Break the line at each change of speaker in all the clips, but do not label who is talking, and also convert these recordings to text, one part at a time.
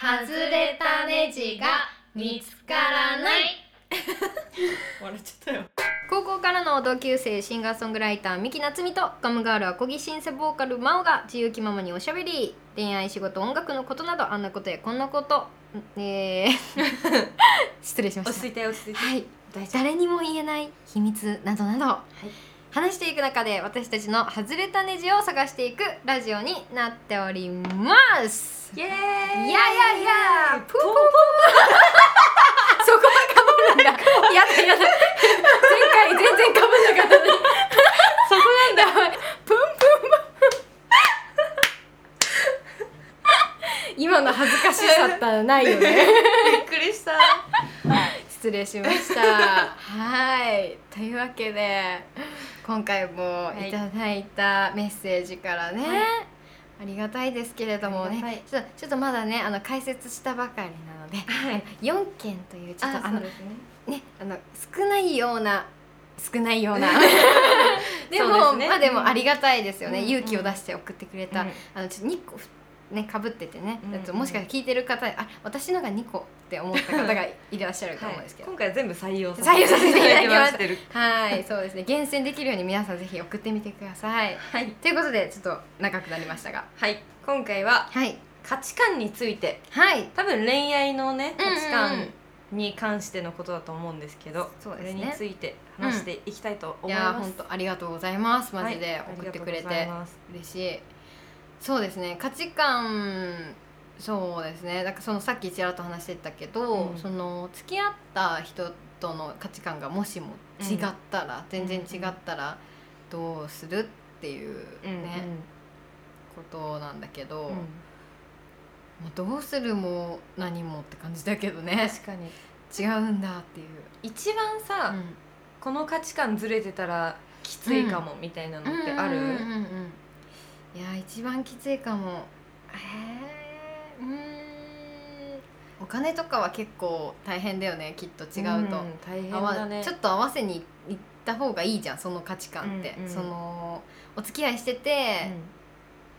外れたネジが見つから ない
笑っちゃったよ
高校からの同級生シンガーソングライター三木夏実とガムガールアコギシンセボーカル真央が自由気ままにおしゃべり恋愛仕事音楽のことなどあんなことやこんな ことえー、 失礼しま
落
し
ち着いて落ち着い
た
て
はい
大丈夫
誰にも言えない秘密などなど、
い
話していく中で私たちの外れたネジを探していくラジオになっております
イエー
い
イ
やい
い
やい やプープープーそこはかぶるんだやだやだ 前回全然かぶんなかったのにそこなんだ プンプンプン 今の恥ずかしさったらないよね
びっくりした
失礼しましたはいというわけで今回も
い
いただいたメッセージからね、
はい
ありがたいですけれども
ありがたい
ねちょっとちょっとまだねあの解説したばかりなので、
はい
4件というちょっとあ
あそ
の
うですね
ねあの少ないような少ないよう な で
そ
も
うですね
まあでもありがたいですよね、
うん
勇気を出して送ってくれた、
うん
あのちょっと2個ねかぶっててね、
うん
だともしかしたら聞いてる方あ私のが2個って思った方がいらっしゃると
は
思うんですけ
い
ど、
今回は全部採用
採用させていただきました
てる
はい、そうですね厳選できるように皆さんぜひ送ってみてください。
はい
ということでちょっと長くなりましたが
はい今回は
はい
価値観について
はい
多分恋愛のね
うん
価
うんうん
値観に関してのことだと思うんですけど
そうです
れ
ね
について話していきたいと
い
思い
や
ま
本
す
当ありがとうございますマジで
はい
送ってく
あり
れ
がとうござい
て
ます
嬉しいそうですね価値観そうですねなんかそのさっきちらっと話してたけど、
うん
その付き合った人との価値観がもしも違ったら、全然違ったらどうするっていう
う
ね、
ん
ことなんだけど、
うんうん
もうどうするも何もって感じだけどね
確かに
違うんだっていう、
一番さこの価値観ずれてたらきついかもみたいなのってある
うんうんうんうんいや一番きついかもえー、うーんお金とかは結構大変だよねきっと違うと、
ん大変
合わ
だね
ちょっと合わせに行った方がいいじゃんその価値観って、
うんうん
そのお付き合いしてて、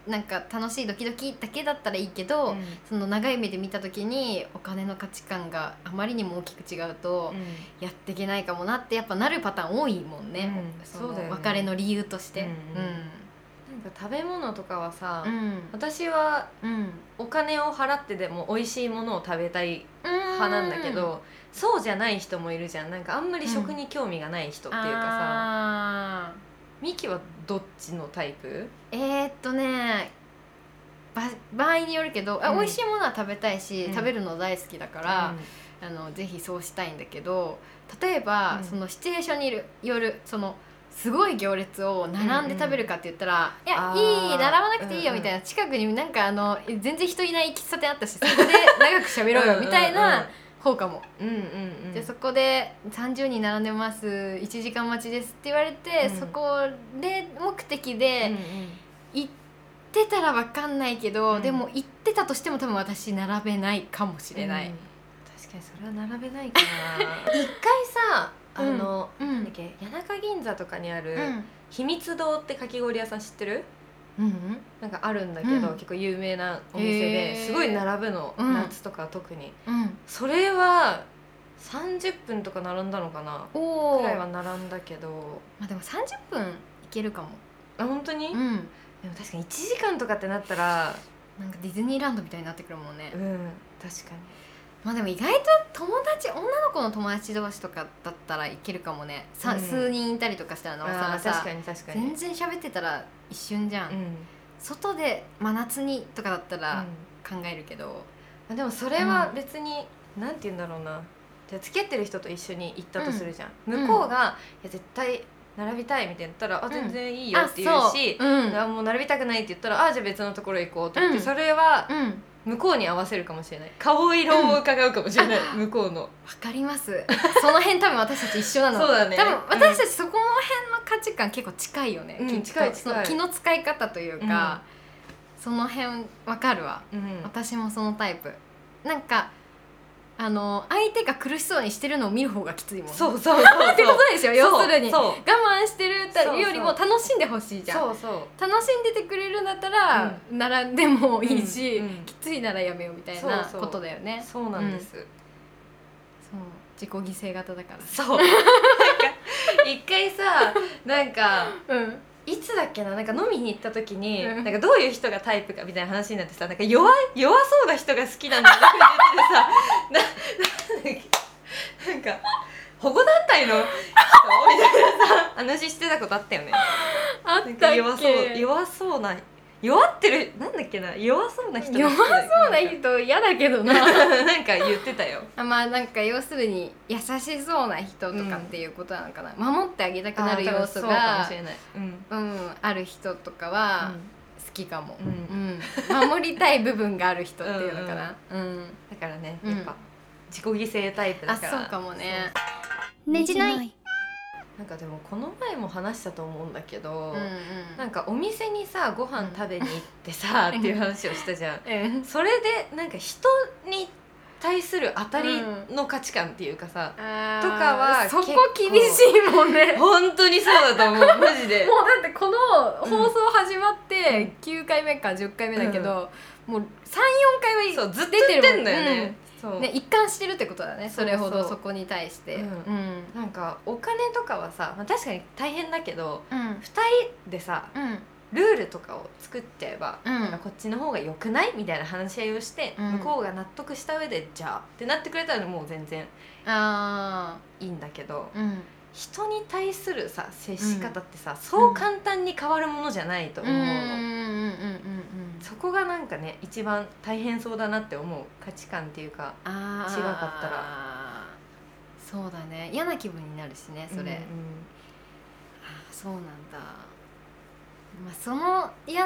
なんか楽しいドキドキだけだったらいいけど、
うんうん
その長い目で見た時にお金の価値観があまりにも大きく違うと、やっていけないかもなってやっぱなるパターン多いもんね、
うん
の
そうだよね
別れの理由として
うんなんか食べ物とかはさ
うんうん
私は
うん
お金を払ってでも美味しいものを食べたい派なんだけ
っ
どそうじゃない人もいるじゃんなんかあんまり食に興味がない人っていうかさ、
さ
ミキはどっちのタイプ
えー、っとねば場合によるけど、あ
うん
美味しいものは食べたいし、
うん
食べるの大好きだか、
から
あのぜひそうしたいんだけど例えば、
うん
そのシチュエーションによるそのすごい行列を並んで食べるかって言ったら「
あ
いやい
ー
い並ばなくていいよ」みたいな、近くになんかあのえ全然人いない喫茶店あったしそこで長く喋ろうよみたいな方かも。
うんうんうん
でそこで「30人並んでます1時間待ちです」って言われて、
うん
そこで目的
うん
で
うん
行ってたら分かんないけど、
うん
でも行ってたとしても多分私並べないかもしれない。
確かにそれは並べないかな 一回さあの、
うん
なんだっけ谷中銀座とかにある、
うん
秘密堂ってかき氷屋さん知ってる
うん
なんかあるんだけど、
うん
結構有名なお店で、
へー
すごい並ぶの、
うん
夏とかは特に
うん、
それは30分とか並んだのかな
お
く
お、
らいは
ま
並んだけど
あ、でも三十分いけるかも。
あ本当に、
う
でも
ん、
確かに1時間とかってなったら
なんかディズニーランドみたいになってくるもんね。
うん確か
まあでも意外と友達女の子の友達同士とかだったらいけるかもね。さ、
うん
数人いたりとかしたらな
に
おさ
あ
ら
ー確
さ
か、に確か
全
に
然喋ってたら一瞬じゃん。
うん、
外で真夏にとかだった
うん
ら考えるけど、
まあでもそれは別に、なんて言うんだろうなじゃあ付き合ってる人と一緒に行ったとするじゃん、
うん
向こうが「いや絶対並びたい」みたいな言ったら「あ
ん
全然いいよ」
あ
って言うし「
そううん、
あもう並びたくない」って言ったら「あじゃあ別のところ行こう」って言って、
うん
それは
うん、わ
向こうに合わせるかもしれない顔色を伺うかもしれない、向こうの
かります。その辺多分私たち一緒なの。
そうだね
多分私たちそこの辺の価値観結構近いよね、
うん
きっと
近い近い
その気の使い方というか、その辺わかるわ
うん、
私もそのタイプなんかあの相手が苦しそうにしてるのを見る方がきついもん
そううそうそうそう
ってことですよ要するに我
そう
慢してるたよりも楽しんでほしいじゃん
そうそう
楽しんでてくれるんだったら、並んでもいいし、
うんうん
きついならやめようみたいな
そうそう
ことだよねそう
そうなんです、
自己犠牲型だか
そうなんか一回さなんから
うん
いつだっけななんか飲みに行った時に、
うん
なんかどういう人がタイプかみたいな話になってさなんか弱い弱そうな人が好きなんだって言っててさ ななんだっけなんか保護団体の人みたいなさ話してたことあったよね
あ
なん
っ
か
たっ
弱そう
け弱
弱そうな弱ってるなんだっけな弱そうな人が好きだよ
そうな人嫌だけどな
なんか 言ってたよ
あまあなんか要するに優しそうな人とかっていうことなのかな、守ってあげたくなる要素
あー多分そうかも
が
しれないうん
うん、ある人とかは好きかも、
うん
うん守りたい部分がある人っていうのかな、うん
だからね
うん
やっぱ自己犠牲タイプだ
あ
か
そう
ら
かもね
ねじない
そうなんかでもこの前も話したと思うんだけ
うん
ど、
う
なん
ん
かお店にさご飯食べに行ってさ、
うん
っていう話をしたじゃん
うん
それでなんか人に対する当たりの価値観っていうかさ、
あー
とかは
そこ
結構
厳しいもんねもう
本当にそうだと思 うマジで
だってこの放送始まって9回目か10回目だけど、もう34回は
そうずっと
出て
言
る
って
もん
んだよね、そう
ね、一貫してるってことだね
そ
そう
そう
れほどそこに対して
うん
ん
なんかお金とかはさ、まあ、確かに大変だけど
うん
2人でさ
うん
ルールとかを作っちゃえば
うん
なんかこっちの方が良くないみたいな話し合いをして、
うん
向こうが納得した上でじゃあってなってくれたらもう全然
あ
いいんだけど
ーうん
人に対するさ接し方ってさ、そう簡単に変わるものじゃないと
う
思うの、
ん
そこがなんかね一番大変そうだなって思う価値観っていうか
あー
違かった
そうだね嫌な気分になるしねそれ、
うんうん
あーそうなんだ、まあ、その嫌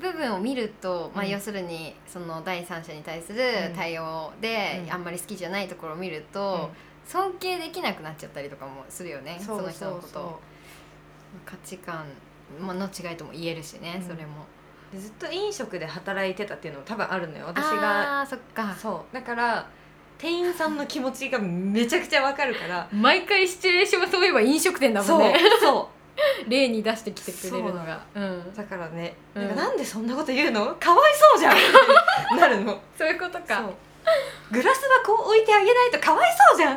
部分を見ると、まあ、
うん
要するにその第三者に対する
うん
対応で
うん
あんまり好きじゃないところを見ると、尊敬できなくなっちゃったりとかもするよねそ
そう
の人
そ
の
う
ことを
そ
価値観まあの違いとも言えるしね、
うん
それも
うでずっと飲食で働いてたっていうのも多分あるのよ私が
あーそっか
そうだから店員さんの気持ちがめちゃくちゃわかる から
毎回シチュエーションそういえば飲食店だもんね
そうそ う
例に出してきてくれるのがそう,、ん、
だからね、
うん
なんかなんでそんなこと言うのかわいそうじゃん ってなるの
そういうことか
そうグラスはこう置いてあげないとかわいそう じゃん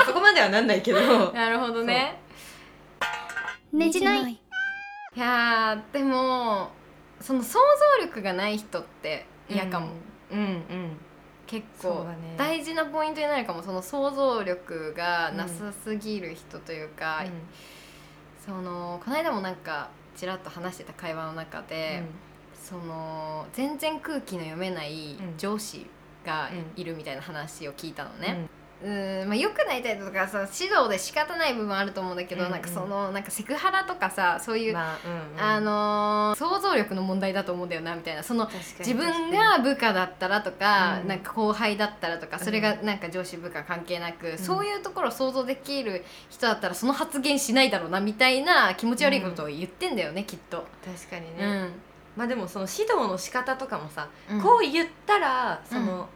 あそこまではなんないけど
なるほどね
ねじない
いやーでもその想像力がない人って嫌かも、
うんうん
結
そう
構
だね
大事なポイントになるかもその想像力がなさすぎる人というか、そのこの間もなんかちらっと話してた会話の中で、その全然空気の読めない
うん
上司がいるみたいな話を聞いたのね。
うん
うんまあ、良くなりたいとかさ指導で仕方ない部分あると思うんだけど、
うんうん
なんかそのなんかセクハラとかさそういう、
まあ、うんうん、
あのー想像力の問題だと思うんだよなみたいなその
確か
自
に
分が部下だったらとか,、
うん
なんか後輩だったらとかそれが
う
なんか上司部下関係なく、そういうところを想像できる人だったらその発言しないだろうなみたいな気持ち悪いことを言ってんだよね、きっと。
確かに
う
ね、
ん
まあでもその指導の仕方とかもさ、
うん
こう言ったらその、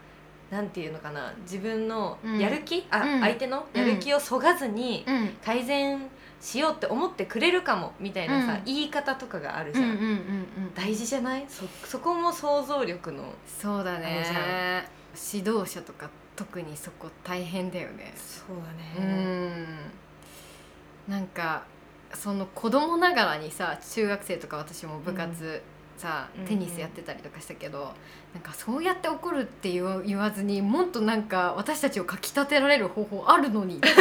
なんていうのかな自分のやる気、あ、
うん
相手のやる気をそがずに、
うん
改善しようって思ってくれるかもみたいなさ、
うん
言い方とかがあるじ
う
ゃ
ん
ん、
うんうんうん
大事じゃないそそこも想像力の
そうだ
あれじ
ね指導者とか特にそこ大変だよね
そう
う、んなんかその子供ながらにさ中学生とか私も部活さ、
うん
テニスやってたりとかしたけど、なんかそうやって怒るって言わ言わずにもっとなんか私たちをかきたてられる方法あるのにとか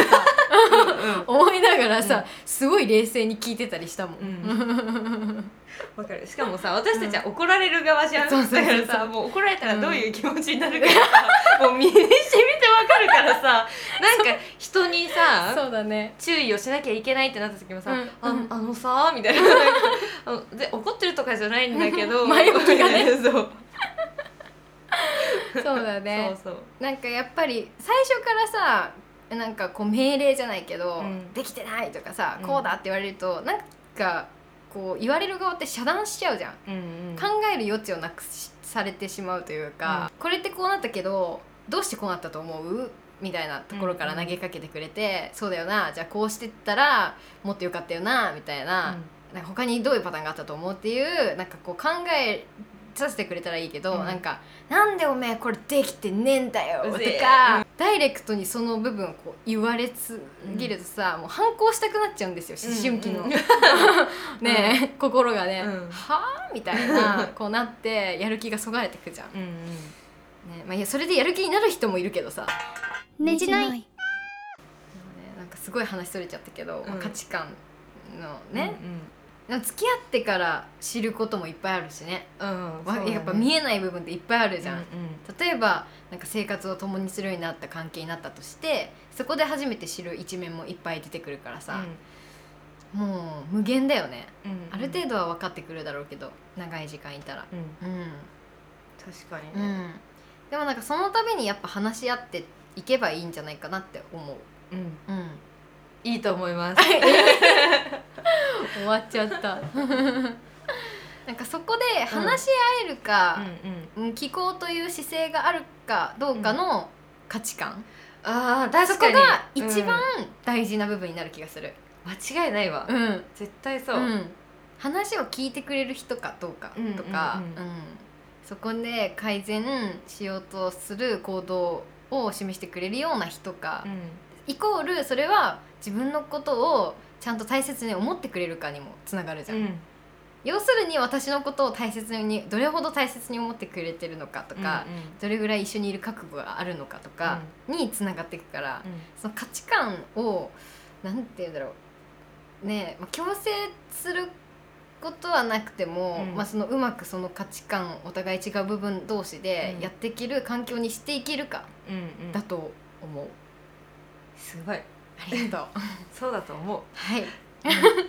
思いながらさ、
うん
すごい冷静に聞いてたりしたもん、
うん わかるしかもさ私たちは怒られる側じゃん、
そうそうそう
だからさもう怒られたらどういう気持ちになるかさ、 もう身にしみてわかるからさなんか人にさ
そうだね
注意をしなきゃいけないってなった時もさ「
うん
あ
うん
あのさ」み たいななんかあので怒ってるとかじゃないんだけど
前置きがね
そう
そうだね
そうそう
なんかやっぱり最初からさなんかこう命令じゃないけど、
うん
できてないとかさ
うん
こうだって言われると、なんかこう言われる側って遮断しちゃうじゃん、
うんうん
考える余地をなくしされてしまうというか、これってこうなったけどどうしてこうなったと思うみたいなところから投げかけてくれて、そうだよなじゃあこうしてったらもっとよかったよなみたいな,、なんか他にどういうパターンがあったと思うっていうなんかこう考えさせてくれたらいいけど、
うん
なんか「なんでおめえこれできてねえんだよ」と
うぜえ
か、ダイレクトにその部分をこう言われすぎるとさ、もう反抗したくなっちゃうんですよ思春期の、
うん
ねえ、心がね「
う
は
ん
あ?」みたい なこうなってやる気がそがれてくじゃん。
うんうん
ねまあ、いやそれでやる気になる人もいるけどさ、ね、
ねじない
なんかすごい話それちゃったけど、まあ
うん
価値観のね、
うん
でも付き合ってから知ることもいっぱいあるしね
うんうん
わ
そうだね
やっぱ見えない部分っていっぱいあるじゃん。
うんうん
例えばなんか生活を共にするようになった関係になったとしてそこで初めて知る一面もいっぱい出てくるからさ、もう無限だよね、
うんうん
ある程度は分かってくるだろうけど長い時間いたら。
うん
うん
確かに
う
ね
ん、でもなんかそのためにやっぱ話し合っていけばいいんじゃないかなって思う。
うん
うん
いいと思います
終わっちゃった なんかそこで話し合えるか、
うんうん
うん聞こうという姿勢があるかどうかの価値観、
ああ確
そこ
かに
が一番大事な部分になる気がする
うん間違いないわ
うん、
絶対そう
うん話を聞いてくれる人かどうか
うん
とか、
うんうん
そこで改善しようとする行動を示してくれるような人か、
うん
イコールそれは自分のことをちゃんと大切に思ってくれるかにもつながるじゃん、
うん
要するに私のことを大切にどれほど大切に思ってくれてるのかとか、
うんうん
どれぐらい一緒にいる覚悟があるのかとかにつながっていくから、
うん
その価値観をなんて言うんだろうねえ、まあ、強制することはなくても、
うん
まあ、そのうまくその価値観お互い違う部分同士で
うん
やっていける環境にしていけるか
うんうん
だと思う。
すごい
ありがとう。
そうだと思う
はい。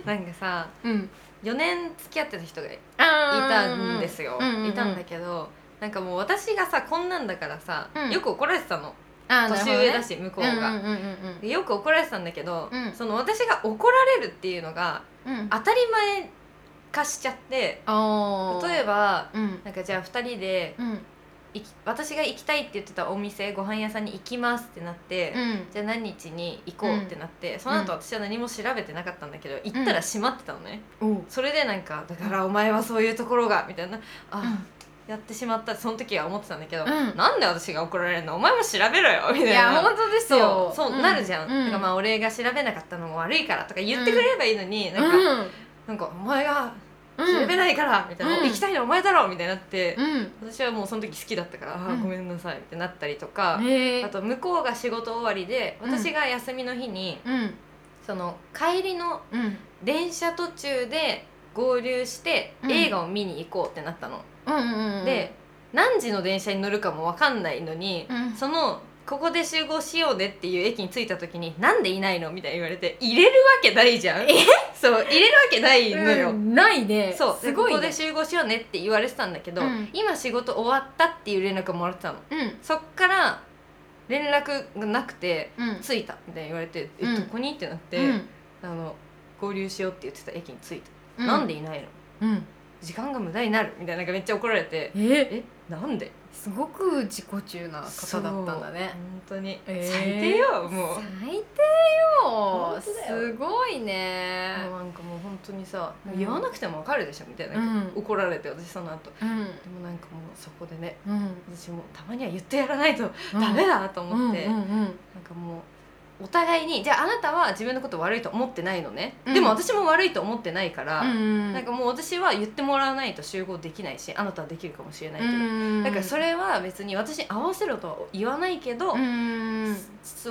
なんかさ
うん。
4年付き合ってた人がい
あ
たんですよ
うんうんうん
いたんだけどなんかもう私がさこんなんだからさ
うん
よく怒られてたの
あーなるほ
年
どね
上だし向こう
うん
が
うんうんうん
でよく怒られてたんだけど
うん
その私が怒られるっていうのが
うんうん。
当たり前化しちゃって
あー
例えば
うん
なんかじゃあ2人で
うん
行き私が行きたいって言ってたお店ご飯屋さんに行きますってなって、
うん
じゃあ何日に行こうってなって、その後私は何も調べてなかったんだけど行ったら閉まってたのね、
おう
それでなんか「だからお前はそういうところが」みたいな「あ、やってしまった」その時は思ってたんだけど、
うん
なんで私が怒られるのお前も調べろよ」みたい
い
な。
や本当です
そ
よ
うそう、なるじゃん、
う
だからまあ俺が調べなかったのも悪いからとか言ってくれればいいのに、なんか、
うん
なんかお前が
うん
調べないからみたいな、
うん
行きたいのはお前だろみたいになって、
うん
私はもうその時好きだったから、あー
うん
ごめんなさいってなったりとか、
へえ
あと向こうが仕事終わりで
うん
私が休みの日に、
うん
その帰りの
うん
電車途中で合流して
うん
映画を見に行こうってなったの、
うんうんうん
で何時の電車に乗るかも分かんないのに、
うん
そのここで集合しようねっていう駅に着いた時に「なんでいないの?」みたいに言われて入れるわけないじゃん
え
そう入れるわけないのよ、
うんないね
そう
す
す
ご
ごい、
い
ここ
ね
で集合しようねって言われてたんだけど、
うん
今仕事終わったっていう連絡をもらってたの
うん
そっから連絡がなくて
うん
着いたみたいに言われて「
うん
えどこに?」ってなって、
うん
あの合流しようって言ってた駅に着いた、
うん
なんでいないの
うん
時間が無駄になるみたいななんかめっちゃ怒られて
え
えなんです
ごく自己中な方だったんだね
そう本当に、
えー
最低よもう
最低よ
本当だよ
すごいね
もうなんかもう本当にさ、
うん
言わなくてもわかるでしょみたいな、
うん
怒られて私その後
うん
でもなんかもうそこでね
うん
私もたまには言ってやらないとダメだと思って、
うんうんうん
なんかもうお互いにじゃああなたは自分のこと悪いと思ってないのね、
うん
でも私も悪いと思ってないから、
うん
なんかもう私は言ってもらわないと集合できないしあなたはできるかもしれないけど、だからそ
れ
れは別に私に合わせろとは言わないけど、
うん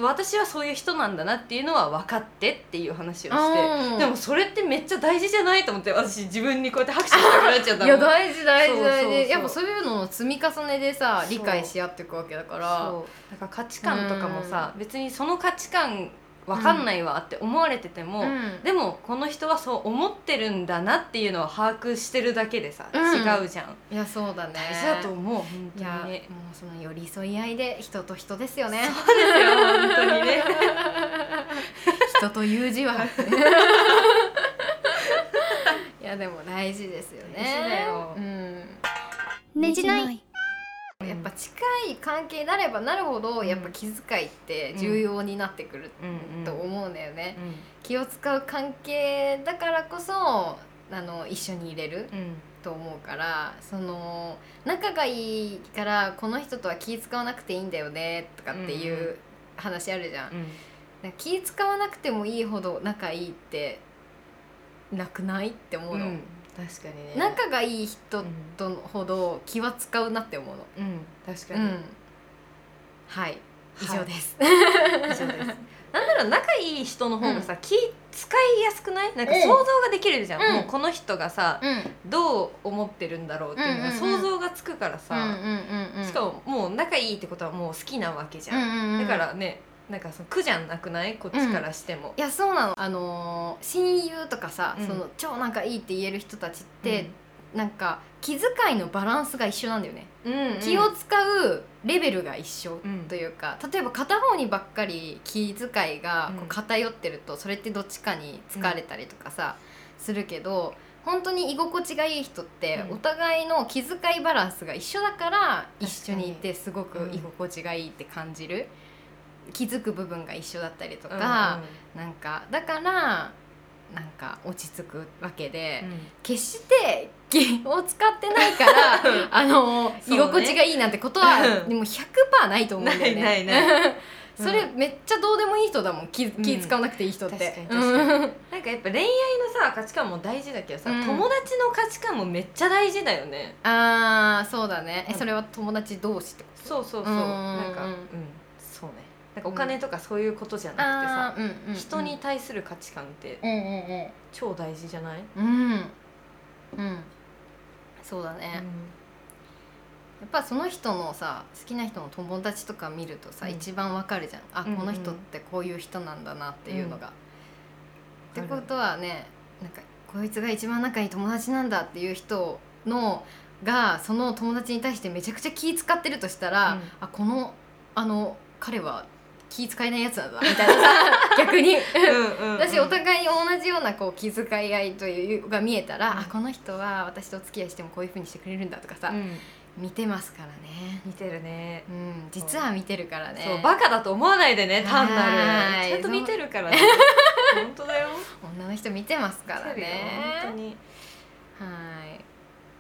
私はそういう人なんだなっていうのは分かってっていう話をして、
うん
でもそれってめっちゃ大事じゃないと思って私自分にこうやって拍手したくなっちゃった
いや大事大事
そうそう
大
そう
事やっぱそういうのの積み重ねでさ
そう
理解し合っていくわけだから
そうだから価値観とかもさ、別にその価値観分かんないわって思われてても、
うん
でもこの人はそう思ってるんだなっていうのは把握してるだけでさ、
うん
違うじゃん
いやそうだね
大事だと思う本
い
当
やも
にね
うその寄り添い合いで人と人ですよね
そうですよ本当 にね
人という字 はいやでも大事ですよね
大事だよ
うん
ねじない
うん
やっぱ近い関係になればなるほど、
うん
やっぱ気遣いって重要になってくる
うん
と思うんだよね、
うん
気を使う関係だからこそあの一緒にいれる
うん
と思うからその仲がいいからこの人とは気使わなくていいんだよねとかって
うんう
いう話あるじゃん、
うん
なんか気使わなくてもいいほど仲いいってなくないって思うの、
確かにね
仲がいい人
うん
とほど気は使うなって思うの、
うん確か
う
に、
ん、はい以上です、
以上ですなんなら仲いい人の方がさ、気使いやすくないなんか
うん
想像ができるじゃん、
うん
もうこの人がさ、どう思ってるんだろうっていうのが
うんうんうん
想像がつくからさ、しかももう仲いいってことはもう好きなわけじゃん、だからねなんかその苦じゃなくないこっちからしても、
いやそうなのあのー親友とかさ、
うん
その超仲いいって言える人たちっ
で
て、なんか気遣いのバランスが一緒なんだよね、
うんうん
気を使うレベルが一緒
うん
というか、例えば片方にばっかり気遣いがこ
う
うん偏ってると、それってどっちかに疲れたりとかさ、するけど本当に居心地がいい人って
うん
お互いの気遣いバランスが一緒だから
に
一緒にいてすごく居心地がいいって感じる、気づく部分が一緒だったりと
うん
か、なんかだからなんか落ち着くわけで。
うん
決して気を使ってないから あの、
そう
居
ね
心地がいいなんてことは、
うん
でも100%ないと思うんだよね。
ないないな
それめっちゃどうでもいい人だもん気気使わなくていい人って。
確かに確かなんかやっぱ恋愛のさ価値観も大事だけどさ、
うん
友達の価値観もめっちゃ大事だよね
ああそうだね、え
うん
それは友達同士ってこ
そうそうそう
うん
なんか
う
うんんそうねなんかお金とかそういうことじゃ
と
なくてさ、
あーうんうんうん
人に対する価値観って
うんうん
超大事じゃない、
うんうんうんそうだね、やっぱその人のさ好きな人の友達とか見るとさ、
うん
一番わかるじゃんあ
うんうん
この人ってこういう人なんだなっていうのが、って
わか
こ
る
とはねなんかこいつが一番仲いい友達なんだっていう人のがその友達に対してめちゃくちゃ気使ってるとしたら、
うん
あこのあの彼は気使えないやつなんだみたい なさ逆に。
うんうんうん
私お互いに同じようなこう気遣い合いというが見えたら、
うん
あこの人は私とお付き合いしてもこういう風にしてくれるんだとかさ、
うん
見てますからね。
似てるね
うん、実は見てるからね。
そうバカだと思わないでね単
は
な
ーい
るちゃんと見てる からね本当だよ
女の人見てますから
見てるよ本当
ね。
に
はい。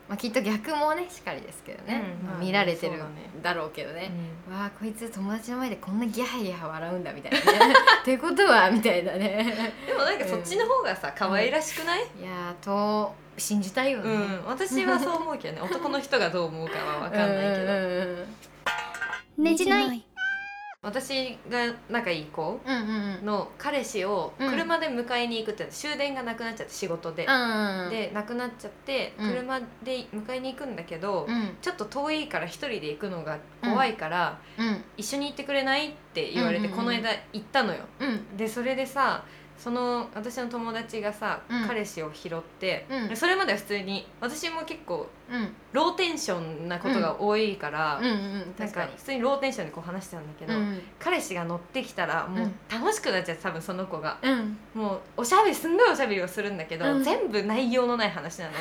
まあ、きっと逆もね、しかりですけどね。
うん
まあ
まあ
見られて
そ
る
うだね
だろうけどね。
う
わあ、こいつ友達の前でこんなギャハギャハ笑うんだみたいな ね。ってことはみたいなね。
んでもなんかそっちの方がさ可愛らしくない
いやーと信じたいよね。
う
うん
ん私はそう思うけどね男の人がどう思うかは分かんないけど
ど。
ねじない
私が仲いい子
うんうんうん。
の彼氏を
うん
車で迎えに行くって終電がなくなっちゃって仕事で
うんうん。
でなくなっちゃって
うん
車で迎えに行くんだけど、
うん
ちょっと遠いから一人で行くのが怖いから、
うん
一緒に行ってくれないって言われて、
うんうんう
こ
ん
の間行ったのよ
うん
でそれでさその私の友達がさ、
うん
彼氏を拾って、
うん
でそれまでは普通に私も結構
うん
ローテンションなことが多いから、
うんうん。
なん
確か
か
に。
普通にローテンションでこう話してたんだけ
う
ど、
ん
彼氏が乗ってきたらもう楽しくなっちゃって多分その子が
うん。
もうおしゃべりすんごいおしゃべりをするんだけど、
うん
全部内容のない話 なの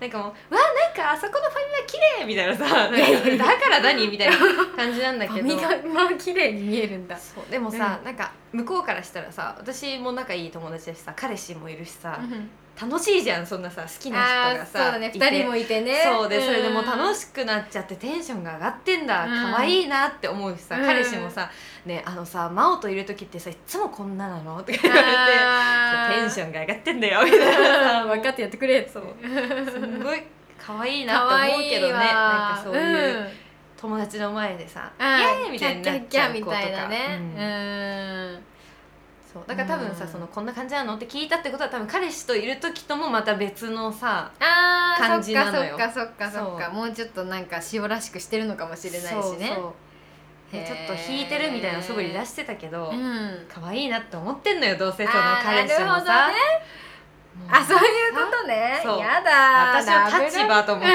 なんかもう「わなんかあそこのファミマ綺麗みたいなさなんか
いやいや
だから何みたいな感じなんだ
フ
け
ァ
ど
ミマが綺麗に見えるんだ。
そうでもさ、なんか向こうからしたらさ私も仲いい友達だしさ彼氏もいるしさ、楽しいじゃんそんなさ好きな
ああ
人が
ー
さ
そうだね
いて
2人もいてね
そうでそれでもう楽
し
しくなっちゃってテンションが上がってんだ
うん
可愛いなって思うしさ
うん
彼氏もさ「ねあのさ真央といる時ってさいつもこんななの?」とか
く
言われて「テンションが上がってんだよ」みたいなさ
分かってやってくれ
そう
す
すんごい可愛いな
か
と
わ
思う
い
け
い
どね
わ
なんかそういううん友達の前でさ「イエーイ!」みたいに
キ
な
ャ
っ
ッ
ち
キャ
ゃ
ッ
う
キャ
子
み
と
たい
か
な
うん
ね
そうだから多分
う
さ
ん
そのこんな感じなのって聞いたってことは多分彼氏といる時ともまた別のさ
うんあー
感じなのよ
そっかそっかそっか
そう
もうちょっとなんか塩らしくしてるのかもしれないしね
そうそうねちょっと引いてるみたいな素振り出してたけど、
うん
可愛いなって思ってんのよどうせその
あー
彼氏も
な
さ、
るほどね
もう
あそういうことね
そう
やだ
私は立場と思って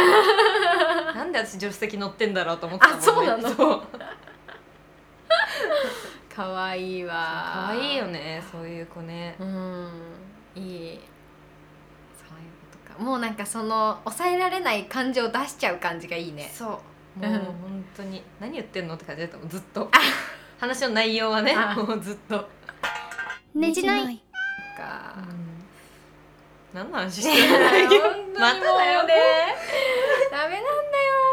なんで私助手席乗ってんだろうと思ってたもんね
あそうなの
そう
かわいいわ
可愛いよねそういう子ね
うんいいそういうことかもうなんかその抑えられない感情を出しちゃう感じがいいね
そうもう
うん
本当に何言ってんのって感じだったもんずっと話の内容はね
あ
もうずっと、
ねじない
か
何の話して るんだっけまただよね、
ダメなんだよ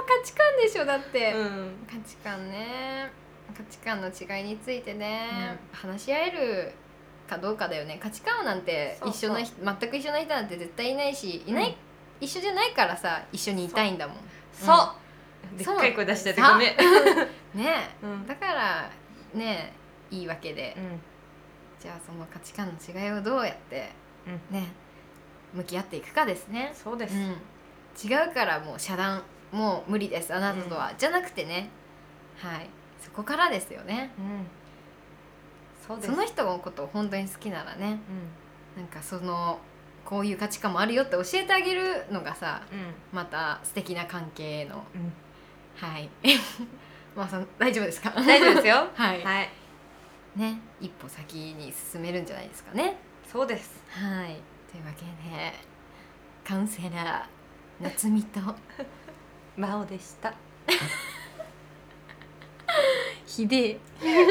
価値観でしょだって、
うん
価値観ね価値観の違いについてね、話し合えるかどうかだよね価値観なんて
そう
一
そう
緒な人全く一緒な人なんて絶対いないしいない、
うん
一緒じゃないからさ一緒にいたいんだも
そう、
ん
でっかい声出しちゃって
そう
ごめん、
んね
うん
だからねいいわけで、
うん
じゃあその価値観の違いをどうやって
うん
ね向き合っていくかですね、
そうです、
うん、違うからもう遮断もう無理ですあなたとは、じゃなくてねはいそこからですよね
うんそうです
その人のことを本当に好きならねなんかそのこういう価値観もあるよって教えてあげるのがさ
うん
また素敵な関係への
うん、うん、
はい まあその大丈夫ですか
大丈夫ですよ
はい、
はい
ね一歩先に進めるんじゃないですかね
そうです
はいというわけでカウンセラー夏美と
真央でした
ひでえ